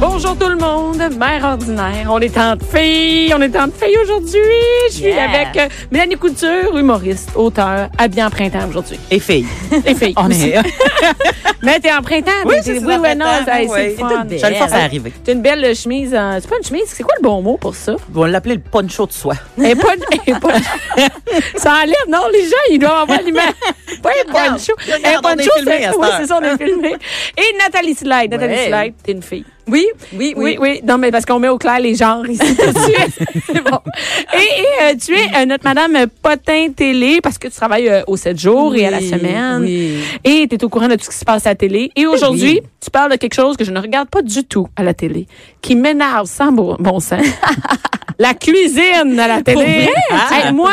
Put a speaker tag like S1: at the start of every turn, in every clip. S1: Bonjour tout le monde, mère ordinaire. On est en filles, on est en filles aujourd'hui. Je suis
S2: Yeah.
S1: avec euh, Mélanie Couture, humoriste, auteur, habillée en printemps aujourd'hui.
S2: Et filles.
S1: Et filles.
S2: On
S1: aussi.
S2: est.
S1: Mais t'es en printemps.
S2: Oui,
S1: t'es-
S2: c'est
S1: t'es-
S2: ça,
S1: Oui,
S2: en
S1: ouais, non,
S2: printemps,
S1: c'est
S2: oui.
S1: c'est le
S2: C'est
S1: fun.
S2: toute belle. Je le force à arriver.
S1: T'as une belle chemise. euh, c'est pas une chemise, c'est quoi le bon mot pour ça?
S2: On l'appelait le poncho de soie.
S1: Et pas, et pas, ça enlève, non, les gens, ils doivent avoir l'image. Pas un
S2: Regarde,
S1: poncho.
S2: regarde,
S1: Un poncho,
S2: on est filmé
S1: c'est-
S2: à cette
S1: oui,
S2: heure.
S1: c'est ça, on est filmé. Et Nathalie Slide. Nathalie
S3: Ouais.
S1: Slide, t'es une fille.
S3: Oui, oui,
S1: Oui, oui. Non, mais parce qu'on met au clair les genres ici. tout de suite. c'est bon. Et, et, euh, tu es euh, notre madame euh, Potin Télé parce que tu travailles euh, aux 7 jours et à la
S3: Oui,
S1: semaine.
S3: oui.
S1: Et tu es au courant de tout ce qui se passe à la télé. Et aujourd'hui, tu parles de quelque chose que je ne regarde pas du tout à la télé, qui m'énerve sans bon, bon sens. la cuisine à la télé. Hey, moi,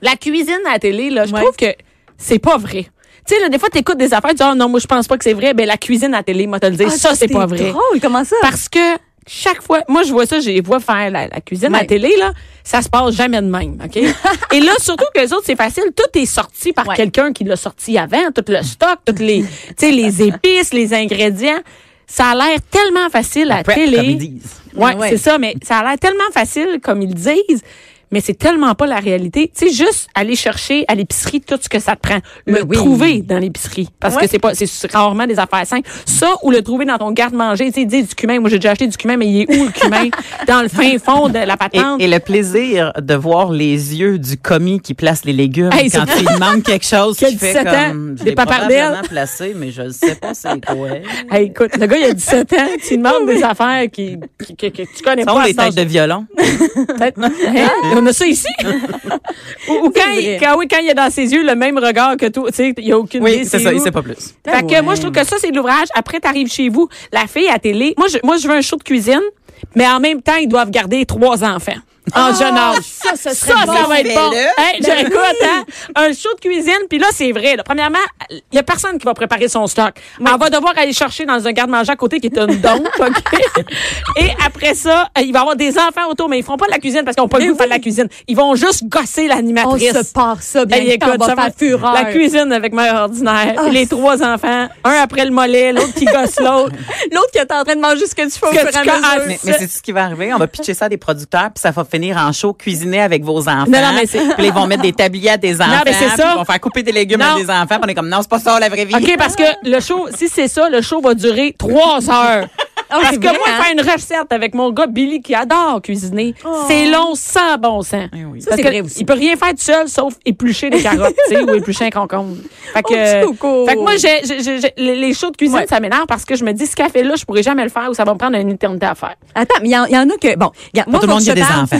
S1: la cuisine à la télé, là, je
S3: Ah, Ouais.
S1: trouve que c'est pas vrai. Tu sais, là, des fois, t'écoutes des affaires, tu dis, ah non, moi, je pense pas que c'est vrai. Ben, la cuisine à la télé, moi, te le dire, ça, c'est pas vrai.
S3: Ah, Drôle, comment ça?
S1: Parce que chaque fois, moi, je vois ça, je les vois faire la, la cuisine à la
S3: Ouais.
S1: télé, là, ça se passe jamais de même, OK? Et là, surtout que les autres, c'est facile. Tout est sorti par
S3: Ouais.
S1: quelqu'un qui l'a sorti avant, tout le stock, toutes les, tu sais, les épices, les ingrédients. Ça a l'air tellement facile à la
S2: Prep,
S1: télé.
S2: comme ils disent.
S1: Ouais,
S3: Ouais.
S1: c'est ça, mais ça a l'air tellement facile comme ils disent, mais c'est tellement pas la réalité. Tu sais, juste aller chercher à l'épicerie tout ce que ça te prend, le
S3: Mais oui.
S1: trouver dans l'épicerie, parce que
S3: Ouais.
S1: c'est pas, c'est rarement des affaires simples. Ça ou le trouver dans ton garde-manger, tu sais, dis du cumin. Moi, j'ai déjà acheté du cumin, mais il est où le cumin Dans le fin fond de la
S2: Et,
S1: patente.
S2: et le plaisir de voir les yeux du commis qui place les légumes
S1: Hey,
S2: quand
S1: c'est-
S2: il manque quelque chose
S1: Qui a
S2: qui fait
S1: 17 ans,
S2: comme je
S1: des
S2: l'ai
S1: papardelles.
S2: probablement placé mais je ne sais pas c'est quoi.
S1: Hey, écoute, le gars, il a 17 ans, tu lui demandes des affaires qui, qui- que, que tu connais
S2: Ils ont
S1: pas. à
S2: les
S1: cet âge-là.
S2: têtes de Ah. violon.
S1: Peut-être. Hein? On a ça ici. ou ou quand,
S3: C'est
S1: il,
S3: vrai.
S1: quand, oui, quand il a dans ses yeux le même regard que toi, tu sais, il n'y a aucune idée
S2: Oui, c'est ça,
S1: où.
S2: il sait pas plus.
S1: Fait que
S3: Ouais.
S1: moi, je trouve que ça, c'est de l'ouvrage. Après, t'arrives chez vous, la fille à télé. Moi je, moi, je veux un show de cuisine, mais en même temps, ils doivent garder trois enfants. En jeune âge.
S3: Ah, ça, ça serait
S1: Ça,
S3: bon.
S1: ça va être bon.
S2: Fais-le.
S1: Hey,
S3: Ben
S1: j'écoute, hein? Un show de cuisine, puis là, c'est vrai. là. Premièrement, il n'y a personne qui va préparer son stock. On va devoir aller chercher dans un garde-manger à côté qui est une dompe, OK? Et après ça, euh, il va y avoir des enfants autour, mais ils feront pas de la cuisine parce qu'ils n'ont pas le
S3: Mais
S1: goût de faire de la
S3: Ben oui.
S1: cuisine. Ils vont juste gosser
S3: On
S1: l'animatrice.
S3: se part ça bien.
S1: Hey,
S3: que t'en
S1: Eh, écoute,
S3: vas
S1: ça va-
S3: faire fureur. Ah,
S1: La cuisine avec mère ordinaire. puis les trois enfants, un après le mollet, l'autre qui gosse l'autre.
S3: L'autre qui est en train de manger ce que tu fais au
S1: Que
S3: fur et
S1: tu
S3: à
S1: casses.
S3: mesure.
S2: Mais, mais c'est ce qui va arriver. On va pitcher ça à des producteurs, puis ça va finir en show cuisiné avec vos enfants.
S1: Non, non, mais c'est-
S2: Puis ils vont mettre des tabliers à des enfants.
S1: mais c'est
S2: puis
S1: ça.
S2: Ils vont faire couper des légumes
S1: Non.
S2: à des enfants. puis on est comme, non, c'est pas ça la vraie vie.
S1: OK, parce que le show, si c'est ça, le show va durer trois heures. Parce
S3: c'est
S1: que
S3: vrai,
S1: moi,
S3: hein? Oh.
S1: faire une recette avec mon gars Billy qui adore cuisiner, c'est long sans bon sens.
S2: Eh oui.
S3: Ça,
S1: Parce
S3: c'est
S1: que
S3: vrai aussi.
S1: Il peut rien faire tout seul sauf éplucher des carottes, tu sais, ou éplucher un concombre. Fait que,
S3: Oh, petit coco.
S1: fait que moi, j'ai- j'ai- j'ai- j'ai- les les shows de cuisine,
S3: Ouais.
S1: ça m'énerve parce que je me dis, ce café-là, je pourrais jamais le faire ou ça va me prendre une éternité à faire.
S3: Attends, mais il y, en- il y en a que. Bon, regarde, moi,
S2: Tout le monde
S3: faut que
S2: il y a
S3: je
S2: des
S3: parle-
S2: enfants.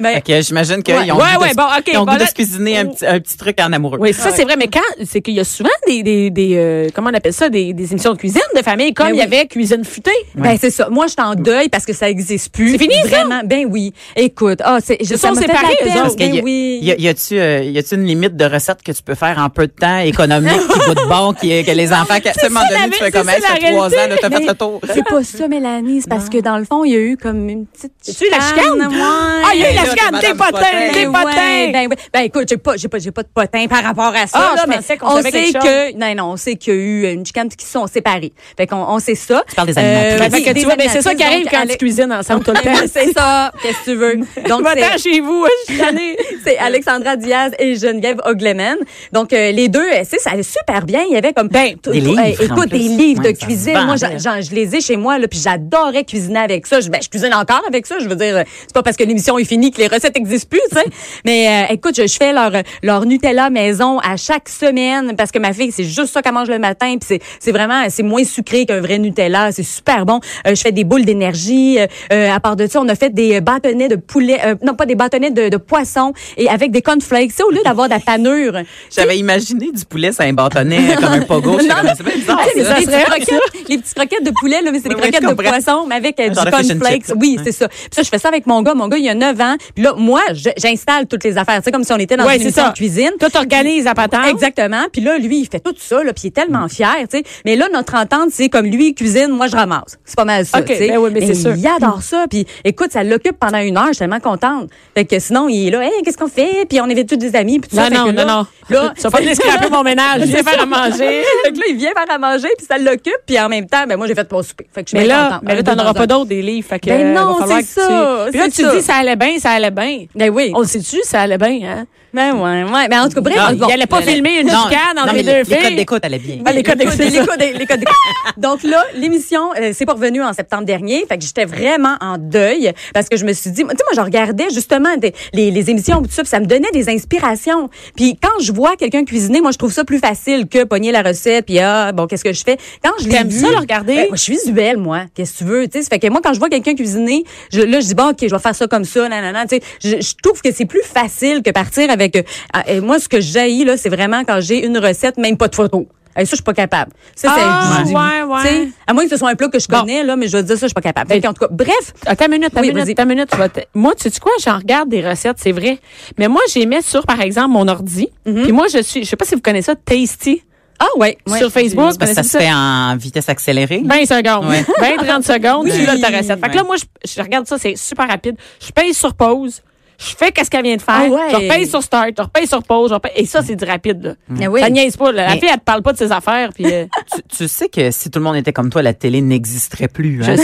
S3: Ben,
S2: Fait que j'imagine qu'ils
S3: Ouais.
S2: ont
S1: Ouais,
S2: goût de
S1: ouais,
S2: se-
S1: bon, OK,
S2: ils ont
S1: bon,
S2: goût de
S1: là-
S2: se cuisiner un petit, un petit truc en amoureux.
S1: Oui,
S3: Ah
S1: ça, c'est vrai, mais quand, c'est qu'il y a souvent des, des, des, euh, comment on appelle ça, des, des émissions de cuisine de famille, comme
S3: Ben
S1: il y
S3: oui.
S1: avait Cuisine futée.
S3: Ben c'est ça. Moi, je suis en deuil parce que ça existe plus.
S1: C'est fini, ça?
S3: Vraiment. Ben oui. Écoute, ah, c'est,
S1: sont
S3: je ça m'a fait de la
S1: séparés,
S3: peine.
S1: eux autres.
S2: Parce qu'il
S3: Ben
S2: y a-
S3: oui.
S2: y a- y a-tu euh, y a-tu une limite de recettes que tu peux faire en peu de temps, économique, qui goûte bon, qui que les enfants, qu'à un moment
S1: ça,
S2: donné,
S1: la-
S2: tu fais
S1: Ah c'est
S2: comme
S1: ça,
S2: elle, ça
S1: la
S2: fait trois ans,
S1: réalité.
S2: là, t'as fait
S3: Mais
S2: le tour.
S3: C'est pas ça, Mélanie. C'est parce que dans le fond, il y a eu comme une petite.
S1: Tu la chicane?
S3: chicane, ouais.
S1: Ah, il y a eu la
S2: là,
S1: chicane,
S2: t'es
S1: t'es
S2: Madame
S1: potin,
S2: Potin.
S1: t'es
S3: Ben
S1: potin.
S3: ouais, ben, ouais. ben écoute, j'ai pas, j'ai pas, j'ai pas de potin par rapport à ça.
S1: Ah,
S3: là,
S1: je
S3: mais
S1: pensais qu'on
S3: on
S1: savait
S3: sait
S1: quelque
S3: que, non, non, on sait qu'il y a eu une chicane qui se sont séparés. Fait qu'on, on sait ça. Euh, Tu
S2: parles des animatrices.
S1: Ben, fait que tu vois, ben, c'est ça qui arrive quand tu cuisines ensemble tout le temps.
S3: ben, c'est ça. Qu'est-ce que tu veux? Donc,
S1: Va-t'en
S3: c'est-
S1: chez vous, je suis tannée.
S3: c'est Alexandra Diaz et Geneviève Ogleman. Donc, euh, les deux, euh, c'est ça allait super bien. Il y avait comme...
S1: Ben,
S3: tout-
S2: des
S3: tout-
S2: livres,
S3: euh,
S2: en
S3: écoute,
S2: plus.
S3: des livres
S2: Ouais,
S3: de
S2: ça
S3: cuisine.
S2: se
S3: Moi,
S2: vendait.
S3: j'en- j'en- je les ai chez moi, là, puis j'adorais cuisiner avec ça. Je, ben, je cuisine encore avec ça. Je veux dire, euh, c'est pas parce que l'émission est finie que les recettes existent plus, tu sais. Mais euh, écoute, je, je fais leur, leur Nutella maison à chaque semaine parce que ma fille, c'est juste ça qu'elle mange le matin. Puis c'est- c'est vraiment, c'est moins sucré qu'un vrai Nutella. C'est super super bon. Euh, je fais des boules d'énergie. Euh, euh, à part de ça, on a fait des euh, bâtonnets de poulet, euh, non pas des bâtonnets de, de poisson et avec des cornflakes. Tu sais, au lieu d'avoir de la panure.
S2: J'avais imaginé du poulet, ça un bâtonnet euh, comme un pogo. J'étais comme, C'est bien bizarre,
S3: Ah, c'est
S2: ça.
S3: les, petites croquettes, les petites croquettes de poulet, là, mais c'est des
S2: Oui, oui, je
S3: croquettes de
S2: comprends.
S3: poisson, mais avec
S1: Ah,
S3: euh, du
S2: genre de fish and
S3: cornflakes.
S2: chips.
S3: Oui, c'est ça. Puis ça, je fais ça avec mon gars. Mon gars, il y a 9 ans. Puis là, moi, je- j'installe toutes les affaires. C'est comme si on était dans
S1: Ouais,
S3: une
S1: c'est
S3: émission
S1: ça.
S3: de cuisine.
S1: Toi, t'organises à patente.
S3: Exactement. Puis là, lui, il fait tout ça, là, puis il est
S1: Mm.
S3: tellement fier, tu sais. Mais là, notre entente, c'est comme lui, il cuisine, moi, je ramasse. C'est pas mal ça,
S1: OK,
S3: tu sais.
S1: ben oui, mais c'est sûr.
S3: Il adore ça. Puis écoute, ça l'occupe pendant une heure, je suis tellement contente. Fait que sinon, il est là, hey, qu'est-ce qu'on fait? Puis on évite tous des amis, puis tout ça.
S1: Non,
S3: Fait
S1: non,
S3: que là,
S1: non, non.
S3: Là,
S1: Tu vas pas venir scraper mon ménage. Je vais faire à manger.
S3: fait que là, il vient faire à manger, puis ça l'occupe, puis en même temps, ben moi, j'ai fait mon souper. Fait que je suis
S1: Mais
S3: bien
S1: là,
S3: contente.
S1: mais là,
S3: Un,
S1: t'en
S3: deux
S1: auras
S3: dans un.
S1: pas d'autres des livres. Fait que,
S3: Ben
S1: euh, va
S3: non,
S1: falloir
S3: c'est
S1: que tu-
S3: ça,
S1: Puis là,
S3: c'est
S1: tu
S3: ça.
S1: dis, ça allait bien, ça allait bien.
S3: Ben oui.
S1: On le sait-tu, ça allait bien, hein?
S3: Ben ouais, ouais. Mais en tout cas, bref,
S2: Non,
S3: bon,
S1: il allait pas
S3: voilà.
S1: filmer une
S2: Non,
S1: chicane
S2: non,
S1: entre
S2: mais
S1: les
S2: les,
S1: deux
S2: les codes
S1: filles.
S2: d'écoute allaient bien.
S1: Ah, les codes d'écoute,
S3: Les
S1: c'est ça.
S3: codes, les codes d'écoute. Donc là, l'émission, euh, c'est pas revenu en septembre dernier. Fait que j'étais vraiment en deuil parce que je me suis dit, tu sais, moi, je regardais justement des- les, les émissions, tout ça, puis ça me donnait des inspirations. Puis quand je vois quelqu'un cuisiner, moi, je trouve ça plus facile que pogner la recette, puis ah, bon, qu'est-ce que je fais? Quand je l'ai
S1: T'aimes
S3: vu,
S1: ça, le regarder?
S3: ben, moi, je suis visuelle, moi. Qu'est-ce que tu veux? Tu sais, ça fait que moi, quand je vois quelqu'un cuisiner, je, là, je dis, bon, OK, je vais faire ça comme ça, nanana. Tu sais, je, je trouve que c'est plus facile que partir avec... euh, ah, et moi, ce que j'ai là, c'est vraiment quand j'ai une recette, même pas de photo. Et ça, je suis pas capable. Ça, c'est
S1: Ah,
S3: je dis-
S1: ouais, ouais.
S3: tu sais, À moins que ce soit un plat que je connais, là, mais je vais te dire ça, je suis pas capable. Fait que, en tout cas, bref.
S1: Attends une minute, attends
S3: Oui,
S1: une
S3: vas-y.
S1: minute, attends une minute. tu vas te- Moi, tu sais quoi, j'en regarde des recettes, c'est vrai. Mais moi, j'ai mis sur, par exemple, mon ordi. Puis moi, je suis, je sais pas si vous connaissez ça, Tasty.
S3: Ah, ouais. Mm-hmm. ouais.
S1: sur Facebook, vous
S2: Parce que
S1: connaissez
S2: Ben, ça se fait en vitesse accélérée.
S1: 20 secondes.
S2: Ouais.
S1: 20, 30 secondes,
S3: Oui.
S1: tu l'as ta recette. Fait que là,
S2: Ouais.
S1: moi, je, je regarde ça, c'est super rapide. Je paye sur pause. Je fais qu'est-ce qu'elle vient de faire.
S3: Ah ouais.
S1: Je repaye sur start, je repaye sur pause, je repaye- Et ça, c'est du rapide, là.
S2: Mm.
S3: Ah oui.
S1: Ça niaise pas, là. La
S2: Mais-
S1: fille, elle te parle pas de ses affaires, puis euh,
S2: Tu, tu sais que si tout le monde était comme toi, la télé n'existerait plus. Hein?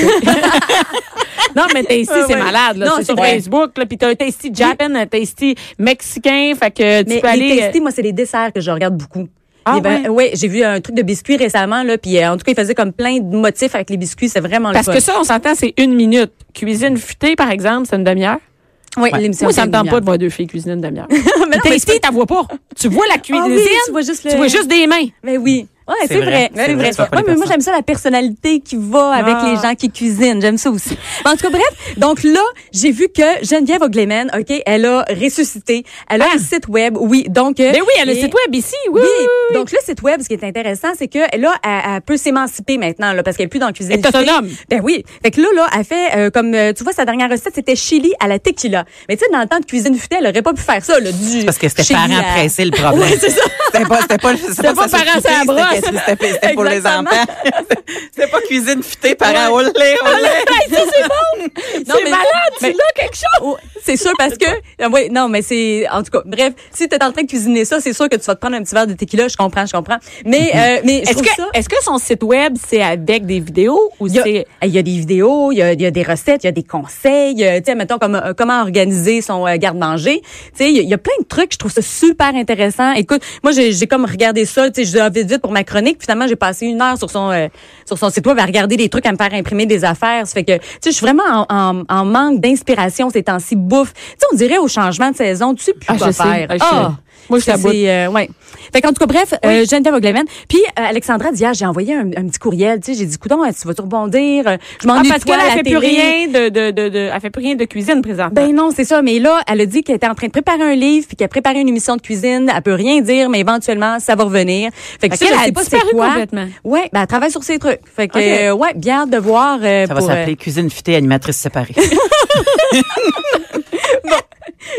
S1: Non, mais Tasty,
S3: Ouais,
S1: c'est
S3: ouais.
S1: malade, là.
S3: Non,
S1: C'est
S3: c'est
S1: sur
S3: vrai.
S1: Facebook, là. Puis t'as un Tasty Japan, un Tasty Mexicain. Fait que tu
S3: Mais
S1: peux
S3: les
S1: aller. euh,
S3: tastés, moi, c'est les desserts que je regarde beaucoup.
S1: Ah
S3: Eh ben,
S1: ouais?
S3: j'ai vu un truc de biscuits récemment là, puis euh, en tout cas, il faisait comme plein de motifs avec les biscuits, c'est vraiment
S1: Parce
S3: le
S1: que ça, on s'entend, c'est une minute. Cuisine futée, par exemple, c'est une demi-heure.
S3: que oui, l'émission.
S1: Moi, ça me tente
S3: Lumière.
S1: pas de voir deux filles cuisiner une demi-heure. mais tasty, t'en vois pas. Tu vois la cuisine,
S3: Ah oui, tu vois euh, juste le-
S1: tu vois juste des mains.
S3: Mais oui. Ouais,
S2: C'est
S3: c'est
S2: vrai.
S3: vrai.
S2: C'est vrai,
S3: C'est vrai.
S2: tu vois pas
S3: Ouais,
S2: les
S3: mais moi,
S2: personnes.
S3: j'aime ça la personnalité qui va avec
S1: Ah.
S3: les gens qui cuisinent. J'aime ça aussi. Mais en tout cas, bref. Donc là, j'ai vu que Geneviève Ogleman, OK, elle a ressuscité. Elle a un site web. Oui. Donc. euh,
S1: Mais Ah. Ben oui, elle a le
S3: et-
S1: site web ici. Oui.
S3: Oui.
S1: oui, oui.
S3: Donc, le site web, ce qui est intéressant, c'est que là, elle, elle peut s'émanciper maintenant, là, parce qu'elle est plus dans la cuisine.
S1: Elle est autonome.
S3: Ben oui. Fait que là, là, elle fait, euh, comme, euh, tu vois, sa dernière recette, c'était chili à la tequila. Mais tu sais, dans le temps de cuisine futée, elle aurait pas pu faire ça, là, du.
S2: Parce que c'était
S3: chili
S2: parents
S3: à-
S2: pressés, le problème.
S3: Oui, c'est ça.
S2: C'était pas, c'était pas, c'était
S1: pas
S2: ça,
S1: parents, c'est
S2: c'était-
S1: à brosse.
S2: c'était- C'était c'était pour les
S3: Exactement.
S2: enfants. C'était pas cuisine futée, parents, olé, olé.
S3: Non, mais- mais-
S1: quelque chose.
S3: Oh, c'est sûr parce que euh, ouais, non mais c'est en tout cas bref si t'es en train de cuisiner ça c'est sûr que tu vas te prendre un petit verre de tequila je comprends je comprends mais euh, mais
S1: Mhm. Est-ce
S3: je trouve
S1: que,
S3: ça
S1: est-ce que son site web, c'est avec des vidéos ou
S3: il y, a,
S1: c'est.
S3: il y a des vidéos, il y a, il y a des recettes, il y a des conseils, euh, tu sais, mettons comme euh, comment organiser son euh, garde-manger, tu sais, il y, a- il y a plein de trucs, je trouve ça super intéressant. Écoute, moi j'ai j'ai comme regardé ça, tu sais, je disais, ah, vite vite pour ma chronique, puis finalement j'ai passé une heure sur son euh, sur son site web à regarder des trucs, à me faire imprimer des affaires, ça fait que tu sais, je suis vraiment en, en- en manque d'inspiration ces temps-ci bouffe. Tu sais, on dirait au changement de saison, tu sais plus
S1: Ah,
S3: quoi
S1: je sais.
S3: faire.
S1: Ah, je sais. Moi, je
S3: c'est-
S1: t'aboute.
S3: c'est, euh, ouais. Fait qu'en tout cas, bref, euh, Geneviève Ogleman. Puis euh, Alexandra, d'hier, j'ai envoyé un, un petit courriel. Tu sais, j'ai dit, coudon, tu vas-tu rebondir? Euh, Je
S1: Ah,
S3: m'ennuie
S1: parce
S3: de toi
S1: qu'elle
S3: à
S1: elle
S3: la
S1: fait plus
S3: télé.
S1: rien de, de, de, de- elle fait plus rien de cuisine présentement.
S3: Ben non, c'est ça. Mais là, elle a dit qu'elle était en train de préparer un livre, puis qu'elle préparait une émission de cuisine. Elle peut rien dire, mais éventuellement, ça va revenir. Fait que
S1: Fait
S3: ça,
S1: qu'elle
S3: je
S1: a
S3: sais pas c'est
S1: disparu
S3: quoi.
S1: complètement.
S3: Ouais, ben elle travaille sur ses trucs. Fait que
S1: Ok.
S3: euh, ouais, bien hâte de voir. euh,
S2: Ça va
S3: pour, euh,
S2: s'appeler cuisine futée, animatrice séparée.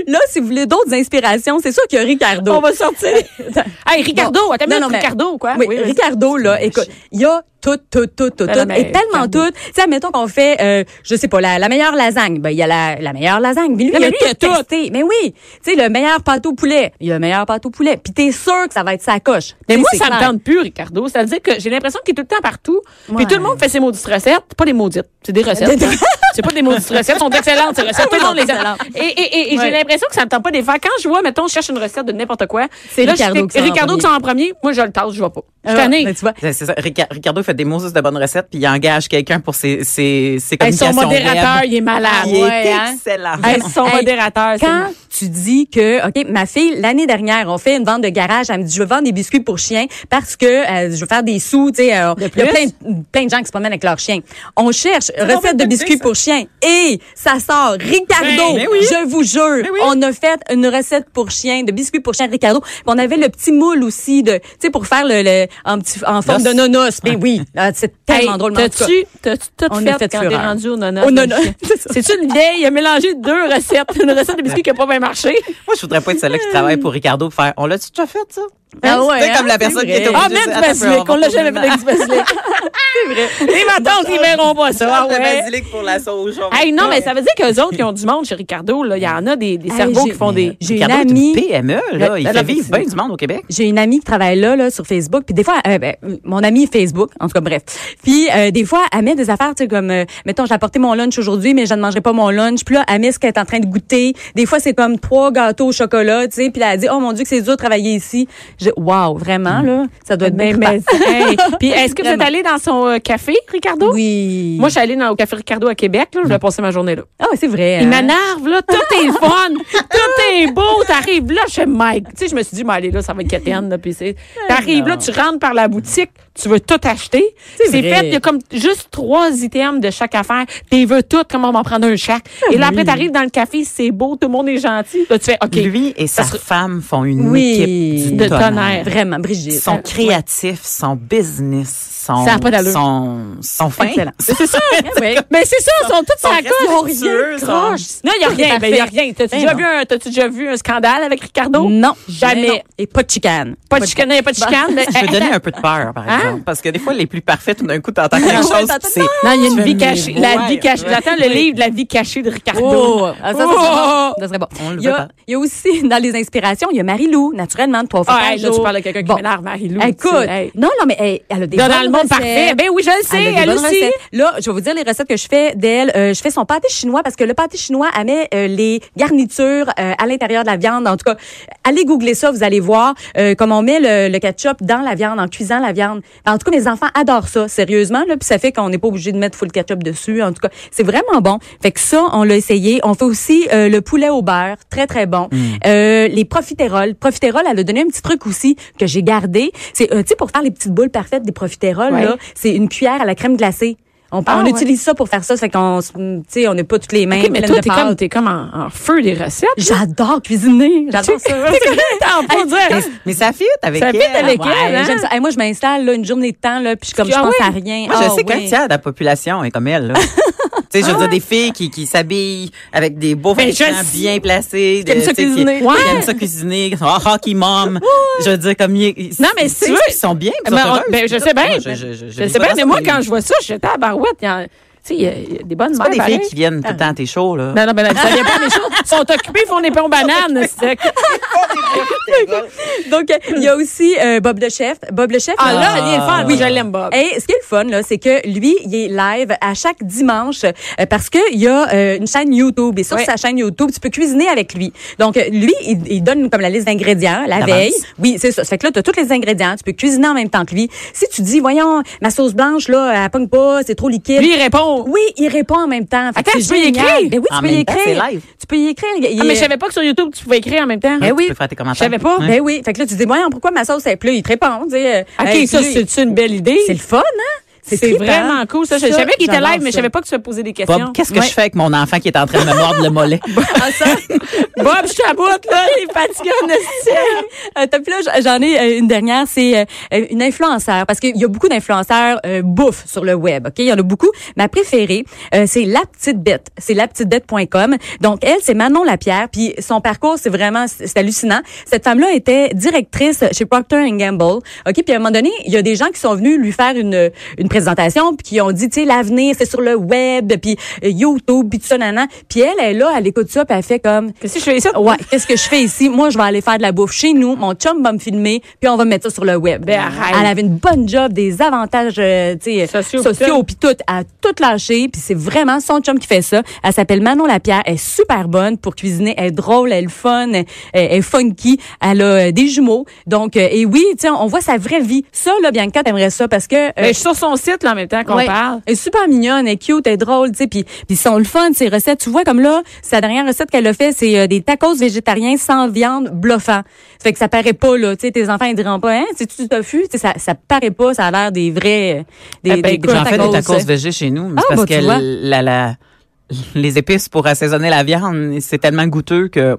S3: Là, si vous voulez d'autres inspirations, c'est sûr qu'il y a Ricardo.
S1: on va sortir. hey, Ricardo,
S3: Bon.
S1: attends,
S3: Non,
S1: mais
S3: non, mais-
S1: Ricardo, quoi.
S3: Oui,
S1: vas-y.
S3: Ricardo, là, écoute, il y a tout, tout, tout, tout,
S1: Ben non,
S3: tout.
S1: mais
S3: Et tellement
S1: Ricardo.
S3: tout. Tu sais, admettons qu'on fait, euh, je sais pas, la, la meilleure lasagne. Ben, il y a la, la meilleure lasagne. Mais lui,
S1: Non,
S3: il
S1: mais
S3: a
S1: lui, il a
S3: tout
S1: tout.
S3: testé. Mais oui. Tu sais, le meilleur pâte au poulet. Il y a le meilleur pâte au poulet. Puis t'es sûr que ça va être sa coche.
S1: Mais
S3: Tu sais,
S1: moi,
S3: c'est
S1: ça me
S3: clair.
S1: tente plus, Ricardo. C'est-à-dire que j'ai l'impression qu'il est tout le temps partout.
S3: Ouais.
S1: Puis tout le monde fait ses maudites recettes. Pas des maudites, c'est des recettes.
S3: Des-
S1: c'est pas des maudites recettes, sont excellentes, ces recettes. Tout le monde les a.
S3: excellentes.
S1: Et, et, et, et
S3: Ouais.
S1: j'ai l'impression que ça me tente pas des faire. Quand je vois, mettons, je cherche une recette de n'importe quoi.
S3: C'est
S1: là,
S3: Ricardo
S1: je-
S3: qui sort en
S1: Ricardo
S3: premier.
S1: qui sont en premier. Moi, je le tasse, je vois pas. Je
S3: Ah,
S1: suis tannée.
S3: ben, tu vois.
S2: C'est c'est ça. Rica- Ricardo fait des mots de bonnes recettes, puis il engage quelqu'un pour ses, ses, ses
S1: Hey, son
S2: communications
S1: modérateur,
S2: web.
S1: il est malade.
S2: Il est
S3: Ouais, hein.
S2: excellent.
S1: Hey, son
S3: Hey,
S1: modérateur, c'est
S3: Quand
S1: mal.
S3: tu dis que, OK, ma fille, l'année dernière, on fait une vente de garage. Elle me dit, je veux vendre des biscuits pour chiens parce que euh, je veux faire des sous. Tu sais, euh,
S1: De
S3: il y a
S1: plus?
S3: plein, de- plein de gens qui se promènent avec leurs chiens. On cherche recette de
S2: complètement
S3: biscuits
S2: ça.
S3: pour chiens et ça sort. Ricardo,
S2: Ben, ben oui.
S3: je vous jure,
S2: oui.
S3: on a fait une recette pour chiens, de biscuits pour chiens Ricardo. Puis on avait le petit moule aussi de, tu sais, pour faire le, le- en, petit, en forme
S2: Noce.
S3: de nonos. Ben oui, ah, c'est tellement drôle. mais en tout cas.
S1: T'as-tu, t'as-tu tout
S3: on a
S1: fait,
S3: fait
S1: quand t'es
S3: fureur.
S1: rendu au nonas?
S3: Au
S1: de
S3: nonas,
S1: chien?
S3: c'est ça.
S1: C'est-tu une vieille? Il a mélangé deux recettes. Une recette de biscuits qui n'a pas bien marché.
S2: Moi, je voudrais pas être celle-là qui travaille pour Ricardo pour faire. On l'a-tu déjà fait, ça?
S3: Ah
S2: Ben,
S3: ouais,
S2: C'est
S3: hein,
S2: comme la personne qui
S3: vrai.
S2: est au
S1: Ah, mais du basilic. On l'a jamais fait avec du basilic. C'est vrai. Les matons, ils verront pas ça. Ah,
S2: Le
S1: ouais.
S2: basilic pour la sauce. genre.
S1: Hey, non, mais ça veut dire qu'eux autres, ils ont du monde chez Ricardo. là. Il y en a des, des
S3: Hey,
S1: cerveaux
S3: j'ai-
S1: qui font des.
S3: j'ai
S2: Ricardo
S3: une
S2: euh, est
S3: amie-
S2: PME, E, là. Il
S3: La-
S2: fait
S3: la-
S2: vivre bien du monde au Québec.
S3: J'ai une amie qui travaille là, là sur Facebook. Puis des fois, euh, ben, mon amie Facebook, en tout cas, bref. Puis euh, des fois, elle met des affaires, tu sais, comme, euh, mettons, j'ai apporté mon lunch aujourd'hui, mais je ne mangerai pas mon lunch. Puis là, elle met ce qu'elle est en train de goûter. Des fois, c'est comme trois gâteaux au chocolat, tu sais. Puis là, elle dit, oh mon Dieu, que c'est dur de travailler ici. Je, wow, vraiment, Mm. là, ça doit être bien
S1: Ben,
S3: mais,
S1: mais, hey. Puis, est-ce que vous êtes
S3: Vraiment.
S1: allé dans son euh, café, Ricardo?
S3: Oui.
S1: Moi, je suis allée dans, au café Ricardo à Québec. Là, je vais passer ma journée là.
S3: ah, c'est vrai.
S1: Il
S3: hein?
S1: m'énerve, là. Tout est fun. tout est beau. T'arrives là, je fais Mike. Tu sais, je me suis dit, mais allez, là, ça va être quétaine, là. Puis c'est. T'arrives là, tu rentres par la boutique, tu veux tout acheter. C'est
S3: vrai.
S1: fait, il y a comme juste trois items de chaque affaire. T'es veux tout, comment on va en prendre un chaque. Et
S3: Ah,
S1: là, après, t'arrives dans le café, c'est beau, tout le monde est gentil. Là, tu fais, OK.
S2: Lui et sa
S1: Parce que-
S2: femme font une
S3: Oui.
S2: équipe du
S1: De
S2: tonnerre.
S1: tonnerre.
S3: Vraiment, Brigitte. Euh,
S2: Ils sont créatifs, sont business, sont
S1: Ça a pas d'allure.
S2: sont sont fins.
S3: Excellent.
S1: C'est ça.
S3: Oui.
S1: Mais Ben, c'est ça, ils sont tous sur la
S2: sont
S1: coche.
S2: respectueux, sont-
S1: Croche. Non, il n'y a rien.
S3: Parfait.
S1: Il y a rien. T'as-tu
S3: Ben
S1: déjà,
S3: non.
S1: vu un- t'as-tu déjà vu un scandale avec Ricardo?
S3: Non,
S1: Jamais.
S3: non. Et pas de chicane.
S1: Pas de chicane, il n'y a pas de chicane. mais-
S2: Je peux donner un peu de peur,
S1: hein?
S2: par exemple, parce que des fois, les plus parfaits, tout d'un coup,
S1: Ah
S2: t'entends quelque
S3: Ouais,
S2: chose,
S3: t'entends-
S2: puis c'est
S1: Non, il y a une
S2: Fais
S1: vie
S2: mes
S1: cachée.
S2: voix.
S1: La vie cachée.
S2: Ouais.
S1: J'attends le livre de la vie cachée de Ricardo.
S3: Oh, ah, ça, ça serait
S1: Oh!
S3: bon. Ça serait bon.
S2: On le
S3: il, y
S2: veut
S3: a,
S2: pas.
S3: il y a aussi, dans les inspirations, il y a Marie-Lou, naturellement, de Trois fois
S1: Ah,
S3: par
S1: hey, là,
S3: jour.
S1: tu parles de quelqu'un qui
S3: Bon.
S1: m'énerve, Marie-Lou. tu
S3: Écoute,
S1: sais, hey.
S3: non, non, mais hey, elle a des
S1: Dans
S3: bonnes
S1: le monde
S3: recettes.
S1: parfait. Ben oui, je le sais,
S3: Elle, a des
S1: elle
S3: bonnes
S1: aussi.
S3: recettes. Là, je vais vous dire les recettes que je fais d'elle. Euh, je fais son pâté chinois parce que le pâté chinois, elle met euh, les garnitures euh, à l'intérieur de la viande. En tout cas, allez googler ça, vous allez voir euh, comment on met le, le ketchup dans la viande, en cuisant la viande. En tout cas, mes enfants adorent ça, sérieusement. Là, puis ça fait qu'on n'est pas obligé de mettre full ketchup dessus. En tout cas, c'est vraiment bon. Fait que ça, on l'a essayé. On fait aussi euh, le poulet au beurre, très très bon. Euh, les profiteroles, profiteroles, elle a donné un petit truc aussi que j'ai gardé. C'est euh, tu sais pour faire les petites boules parfaites des profiteroles
S1: Ouais.
S3: là, c'est une cuillère à la crème glacée. On,
S1: Ah,
S3: on
S1: ouais.
S3: utilise ça pour faire ça, ça fait qu'on, se- tu sais, on n'est pas toutes les mêmes.
S1: OK, mais
S3: pleines
S1: toi,
S3: de
S1: t'es comme,
S3: pâtes.
S1: t'es comme en, en feu des recettes.
S3: j'adore cuisiner,
S1: Tu-
S3: j'adore ça.
S1: T'es comme, t'en pas
S2: Mais,
S1: dire.
S2: mais ça fit avec
S1: Ah. Ça
S2: elle.
S1: fit avec
S2: Ouais.
S1: elle, hein?
S3: J'aime ça. Hey, moi, je m'installe là, une journée de temps là, puis je suis comme je
S1: Ah
S3: pense
S1: oui?
S3: à rien.
S2: Moi, je
S3: Ah
S2: sais qu'un
S3: oui.
S2: tiers de la population est comme elle, là. tu sais, je veux dire, des filles qui, qui s'habillent avec des beaux
S1: Ben, je
S2: vêtements
S1: sais.
S2: bien placés. de-
S1: aiment ça
S2: tu sais, qui-
S1: cuisiner.
S2: Qui,
S1: Ouais.
S2: aiment ça cuisiner, qui sont oh, hockey mom. je veux dire, comme... ils-
S1: Non, mais
S2: ils-
S1: si
S2: ils-
S1: tu veux-
S2: Ils sont bien, ils sont
S1: Ben, on-
S2: heureuses.
S1: ben, je sais bien.
S2: Moi,
S1: je,
S2: je- je- je
S1: sais
S2: vis
S1: bien,
S2: pas
S1: mais
S2: dans
S1: moi,
S2: ce
S1: quand je vois ça, j'étais à Barouette. il y en- Tu sais, il y, a- il y a des bonnes
S2: C'est pas des
S1: mères,
S2: filles
S1: pareil.
S2: qui viennent tout le temps à tes shows, là.
S1: Non, non, ben, non, ça vient pas des choses. Ils sont occupés, ils font des pains aux bananes. c'est-
S3: Donc euh, il y a aussi euh, Bob le chef, Bob le chef.
S1: Ah,
S3: là,
S1: là, il est le fun. Oui, je l'aime, Bob.
S3: Et ce qui est le fun là, c'est que lui, il est live à chaque dimanche euh, parce que il y a euh, une chaîne YouTube et sur
S1: Ouais.
S3: sa chaîne YouTube, tu peux cuisiner avec lui. Donc euh, lui, il, il donne comme la liste d'ingrédients la
S2: D'avance.
S3: veille. Oui, c'est ça. Ça fait que là, tu as tous les ingrédients, tu peux cuisiner en même temps que lui. Si tu dis voyons, ma sauce blanche là, elle pogne pas, c'est trop liquide.
S1: Lui, il répond.
S3: oui, il répond en même temps. Fait que
S1: Attends,
S3: c'est
S1: tu peux y
S3: génial.
S1: écrire?
S3: Ben oui, tu
S2: En
S3: peux y
S2: même temps,
S3: écrire.
S2: c'est live.
S3: Tu peux y écrire. Il-
S1: Ah, mais
S3: il-
S1: je savais pas que sur YouTube, tu pouvais écrire en même temps.
S2: Ouais,
S3: ben oui.
S2: Tu peux faire tes
S1: Je
S2: commentaires.
S1: savais pas.
S3: Ben oui. Fait que là, tu dis, voyons, pourquoi ma sauce est plus? Il te répond. tu sais, euh,
S1: OK,
S3: hey,
S1: ça,
S3: puis lui,
S1: c'est une belle idée.
S3: c'est le fun, hein?
S1: C'est
S3: trippant.
S1: vraiment cool. Ça, je
S3: Ça,
S1: savais qu'il était
S3: j'adore
S1: live, mais je
S3: ça.
S1: savais pas que tu as posé des questions.
S2: Bob, qu'est-ce que je fais avec mon enfant qui est en train de me mordre le mollet?
S3: Ah, ça?
S1: Bob, je t'aboute, là, il est fatigué en esti.
S3: Euh, t'as- puis là, j'en ai euh, une dernière, c'est euh, une influenceur, parce qu'il y a beaucoup d'influenceurs euh, bouffe sur le web, OK? Il y en a beaucoup. Ma préférée, euh, c'est La Petite Bête. C'est lapetitebête.com. Donc, elle, c'est Manon Lapierre, puis son parcours, c'est vraiment, c'est c'est hallucinant. Cette femme-là était directrice chez Procter Gamble, OK? Puis à un moment donné, il y a des gens qui sont venus lui faire une, une présentation, puis qui ont dit, tu sais, l'avenir, c'est sur le web, puis euh, YouTube, puis tout ça, nanan. Puis elle, elle est là, elle écoute ça, puis elle fait comme...
S1: Qu'est-ce que je fais ici?
S3: Ouais, qu'est-ce que je fais ici? Moi, je vais aller faire de la bouffe chez nous. Mon chum va me filmer, puis on va mettre ça sur le web.
S1: Ben, arrête.
S3: Elle avait une bonne job, des avantages euh, tu sais,
S1: Sociaux,
S3: sociaux,
S1: puis
S3: puis tout. Elle a tout lâché, puis c'est vraiment son chum qui fait ça. Elle s'appelle Manon Lapierre. Elle est super bonne pour cuisiner. Elle est drôle, elle est fun, elle elle est funky. Elle a euh, des jumeaux. Donc, euh, et oui, tu sais, on voit sa vraie vie. Ça, là, Bianca, t'aimerais ça parce que... euh,
S1: Ben, je suis sur son site, là, en même temps qu'on
S3: Ouais.
S1: parle.
S3: Elle est super mignonne, elle est cute, elle est drôle, tu sais, puis puis ils sont le fun ces recettes. Tu vois comme là, sa dernière recette qu'elle a fait, c'est euh, des tacos végétariens sans viande bluffant. Ça fait que ça paraît pas là, tu sais, tes enfants ils diront pas hein, c'est tu du tofu, tu sais ça ça paraît pas, ça a l'air des vrais euh, des
S1: Eh ben,
S3: des
S1: écoute,
S3: gros
S2: J'en fais des tacos
S3: euh.
S2: végés chez nous, mais
S3: Ah,
S2: c'est parce
S3: bah, tu
S2: que
S3: vois.
S2: la, la- les épices pour assaisonner la viande, c'est tellement goûteux que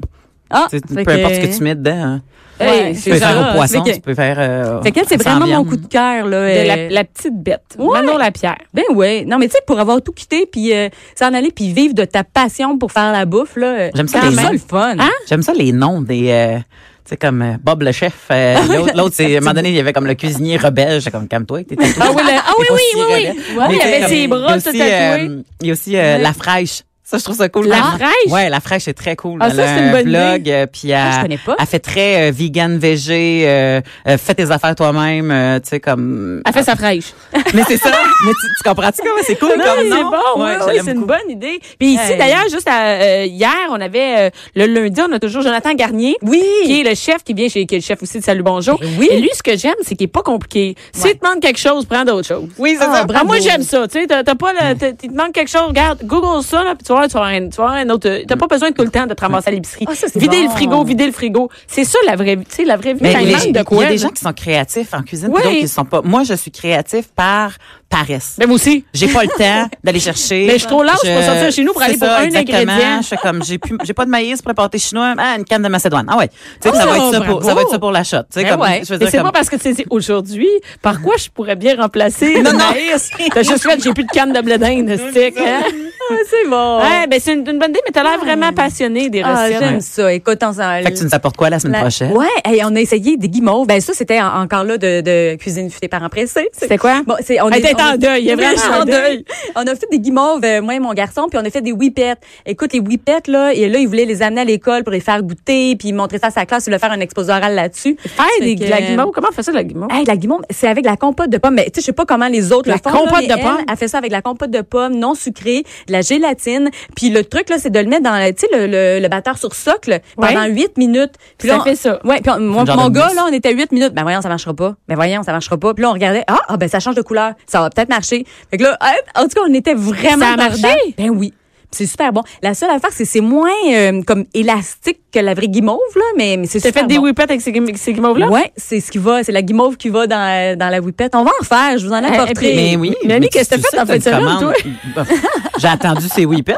S3: Ah,
S2: tu sais,
S3: fait
S2: peu importe ce que tu mets dedans. hein.
S3: Ouais,
S1: Hey,
S2: Tu
S3: c'est
S2: peux
S3: ça,
S2: faire
S3: là.
S2: au poisson,
S3: Fait que-
S2: tu peux faire. euh,
S3: Fait qu'elle, c'est
S2: sans
S3: vraiment mon
S2: viande.
S3: coup de cœur là.
S1: De la,
S3: euh,
S1: la petite bête.
S3: Ouais.
S1: Manon Lapierre.
S3: Ben ouais. Non mais tu sais pour avoir tout quitté puis euh, s'en aller puis vivre de ta passion pour faire la bouffe là. euh,
S2: J'aime ça,
S3: c'est
S2: les
S3: ça
S2: noms.
S3: le fun.
S1: Hein?
S2: J'aime ça les noms des. euh, tu sais, comme euh, Bob le chef.
S1: Ah
S2: euh, l'autre, l'autre, c'est. À un moment donné, il y avait comme le cuisinier rebelle. J'étais comme, calme-toi. t'es tatoué.
S1: Ah oui, le- ah oui,
S2: T'es pas
S1: oui,
S2: si
S1: oui, oui.
S2: rebelle.
S1: Ouais,
S2: Mais
S1: il
S2: tu sais,
S1: avait ses
S2: comme,
S1: bras tout
S2: Il y a aussi,
S1: tatoués.
S2: euh, il y a aussi euh, La Fraîche. Ça, je trouve ça cool. hein.
S1: La Fraîche?
S2: Ouais, La Fraîche est très cool.
S1: Ah,
S2: Elle
S1: ça,
S2: a
S1: c'est une
S2: un
S1: bonne Ah,
S2: blog, euh, puis elle,
S3: je connais pas.
S2: elle fait très euh, vegan, végé, euh, euh, fais tes affaires toi-même, euh, tu sais, comme...
S1: Elle fait sa fraîche.
S2: Mais c'est ça. Mais tu, tu comprends-tu comment c'est cool
S1: Non,
S2: comme
S1: mais Ah, c'est
S2: nom?
S1: bon, oui,
S2: Ouais, je
S1: oui,
S2: l'aime
S1: c'est une
S2: beaucoup.
S1: bonne idée. Puis ici,
S3: Hey.
S1: d'ailleurs, juste à, euh, hier, on avait euh, le lundi, on a toujours Jonathan Garnier.
S3: Oui.
S1: Qui est le chef, qui vient chez, qui est le chef aussi de Salut Bonjour.
S3: Ben oui.
S1: Et lui, ce que j'aime, c'est qu'il est pas compliqué. Si il te manque quelque chose, prends d'autres choses.
S2: Oui, c'est
S3: Ah,
S2: ça.
S3: bravo.
S1: Ah, moi, j'aime ça. Tu sais, t'as t'as pas le, t'as- il te manque quelque chose, regarde, Google ça, là, puis tu vas voir, tu vas avoir un, tu vas avoir un autre, t'as pas besoin tout le temps de te ramasser à l'épicerie.
S3: Ah, ça, c'est
S1: vider
S3: bon.
S1: le frigo, vider le frigo. C'est ça, la vraie, vie. tu sais, la vraie vie.
S2: Mais
S1: Quand
S2: il
S1: il
S2: y a-
S1: manque
S2: il y
S1: de
S2: a
S1: quoi. là.
S2: des gens qui sont créatifs en cuisine,
S1: Oui.
S2: puis d'autres qui ne sont pas. Moi, je suis créatif par paresse.
S1: Ben, moi aussi.
S2: J'ai pas le temps d'aller chercher.
S1: Mais je suis trop lâche pour sortir chez nous pour
S2: c'est
S1: aller pour
S2: ça,
S1: un
S2: exactement.
S1: ingrédient.
S2: Je suis comme j'ai plus j'ai pas de maïs pour le pâté chinois, ah, une canne de macédoine. Ah ouais. Tu sais,
S1: Oh,
S2: ça va être ça
S1: bravo.
S2: pour ça va être ça pour la shot. Tu sais
S3: Ben
S2: comme
S3: ouais.
S2: je veux
S1: Mais
S2: dire,
S1: c'est
S2: comme-
S1: pas parce que tu t'es dit aujourd'hui, par quoi je pourrais bien remplacer le maïs? T'as juste fait, j'ai plus de canne de blé d'Inde, stick. Hein?
S3: Ah, c'est bon.
S1: Ouais, ben c'est une, une bonne idée, mais t'as l'air vraiment passionné des
S3: Ah,
S1: recettes.
S3: j'aime ça. Écoute, on s'en
S2: fait que tu nous apportes quoi la semaine
S3: La-
S2: prochaine
S3: Ouais, hey, on a essayé des guimauves. Ben ça, c'était en- encore là de, de cuisine futée par empressé.
S1: C'était quoi?
S3: Bon, c'est on
S1: Elle
S3: est-
S1: était
S3: on
S1: en deuil, elle est
S3: Oui,
S1: vraiment
S3: en
S1: en deuil.
S3: deuil. On a fait des guimauves, euh, moi et mon garçon, puis on a fait des whippets. Écoute, les whippets là, et là, ils voulaient les amener à l'école pour les faire goûter, puis montrer ça à sa classe, ils voulaient faire un exposé oral là-dessus.
S1: Faire des,
S3: Fait que-
S1: la guimauve, comment on fait ça, la guimauve?
S3: Hey, la guimauve, c'est avec la compote de pommes. Mais tu sais, je sais pas comment les autres
S1: La
S3: le font.
S1: compote
S3: là, mais
S1: de
S3: elle,
S1: pommes?
S3: Elle fait ça avec la compote de pommes non sucrée, de la gélatine. Puis le truc là, c'est de le mettre dans, tu sais, le, le, le batteur sur socle pendant
S1: Ouais.
S3: huit minutes. Puis
S1: Ça
S3: là, on-
S1: fait ça.
S3: Ouais. Puis on- mon,
S2: genre
S3: mon
S2: de
S3: gars
S2: mousse.
S3: là, on était huit minutes. Ben voyons, ça marchera pas. Ben voyons, ça marchera pas. Puis là, on regardait. Ah, ah ben ça change de couleur. Ça va peut-être marcher. Fait que là, hop, en tout cas, on était vraiment.
S1: Ça a
S3: par
S1: marché?
S3: dedans. Ben oui. Puis C'est super bon. La seule affaire, c'est c'est moins euh, comme élastique que la vraie guimauve là, mais, mais c'est
S1: T'as
S3: super
S1: fait des
S3: bon.
S1: whippets avec ces, guim- ces guimauves-là?
S3: Ouais, c'est ce qui va, c'est la guimauve qui va dans, la- dans la whippette. On va en faire, je vous en ai
S1: Eh,
S3: apporté.
S1: eh,
S2: Mais oui.
S1: Mais Annie,
S2: tu-
S1: qu'est-ce que
S2: tu
S1: t'as fait
S2: sais,
S1: en fin de
S2: t'as une
S1: semaine, toi?
S2: commande. J'ai attendu ces whippets.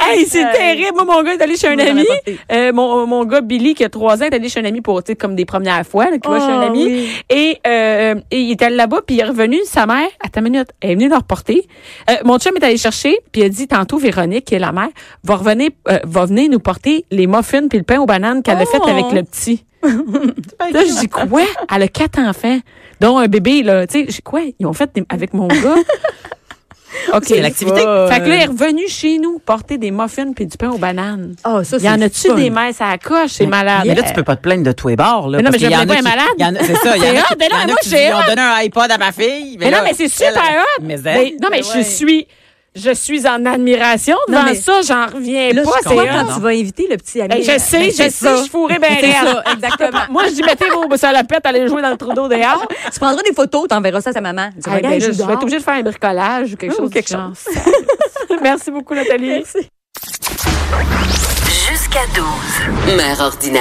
S1: Hey, c'est
S3: Hey. euh,
S1: terrible. Moi, mon gars est allé chez un
S3: Vous en
S1: ami.
S3: rapportez.
S1: Euh, mon, mon gars Billy, qui a trois ans, est allé chez un ami pour, tu sais, comme des premières fois, là, qui va
S3: Oh,
S1: chez un ami.
S3: oui.
S1: Et, euh, et il est allé là-bas, puis il est revenu. Sa mère, à ta minute, elle est venue le reporter. Euh, mon chum est allé chercher, puis il a dit tantôt, Véronique, qui est la mère, va revenir, euh, va venir nous porter les muffins puis le pain aux bananes qu'elle a fait
S3: Oh.
S1: avec le petit. Là, je dis quoi? Elle a quatre enfants, dont un bébé, là. Tu sais, je dis quoi? Ils ont fait des- avec mon gars. OK.
S2: C'est l'activité.
S1: Fait que là, il est revenu chez nous porter des muffins puis du pain aux bananes.
S3: Ah, ça,
S1: Il y en
S3: c'est
S1: a-tu
S3: fun.
S1: des mères à la coche? C'est malade.
S2: Mais là, tu peux pas te plaindre de tous les bords. Là,
S1: Mais non,
S2: parce
S1: mais
S2: qu'il y
S1: je
S2: en
S1: me plains
S2: a
S1: pas, elle
S2: qui-
S1: est malade.
S2: il y en a- C'est ça. il y en a
S1: C'est
S2: qui-
S1: hot, mais non,
S2: il y en a
S1: moi,
S2: qui
S1: c'est
S2: lui ont
S1: hot.
S2: donné un iPod à ma fille.
S1: Mais non,
S2: là,
S1: mais c'est super
S2: elle-
S1: hot. Ben,
S2: Mais elle-
S1: Mais- non, mais je
S3: Ouais.
S1: suis, je suis en admiration
S3: Non,
S1: devant
S3: mais-
S1: ça. J'en reviens
S3: Là,
S1: pas.
S3: je
S1: C'est
S3: comprends
S1: hot.
S3: quand tu vas inviter le petit ami. euh,
S1: Ben, je sais, je sais, je fourrais bien
S3: C'est
S1: raide.
S3: ça, exactement.
S1: Moi, je dis, mettez vos salopettes, allez jouer dans le trou d'eau dehors.
S3: Tu prendras des photos, t'enverras ça à sa maman. Tu
S1: Ah, ben
S3: regardes,
S1: là,
S3: je
S1: je vais être obligée de faire un bricolage ou quelque
S3: Ou
S1: chose. du
S3: quelque
S1: genre. Merci beaucoup, Nathalie.
S4: Jusqu'à 12. Mère ordinaire.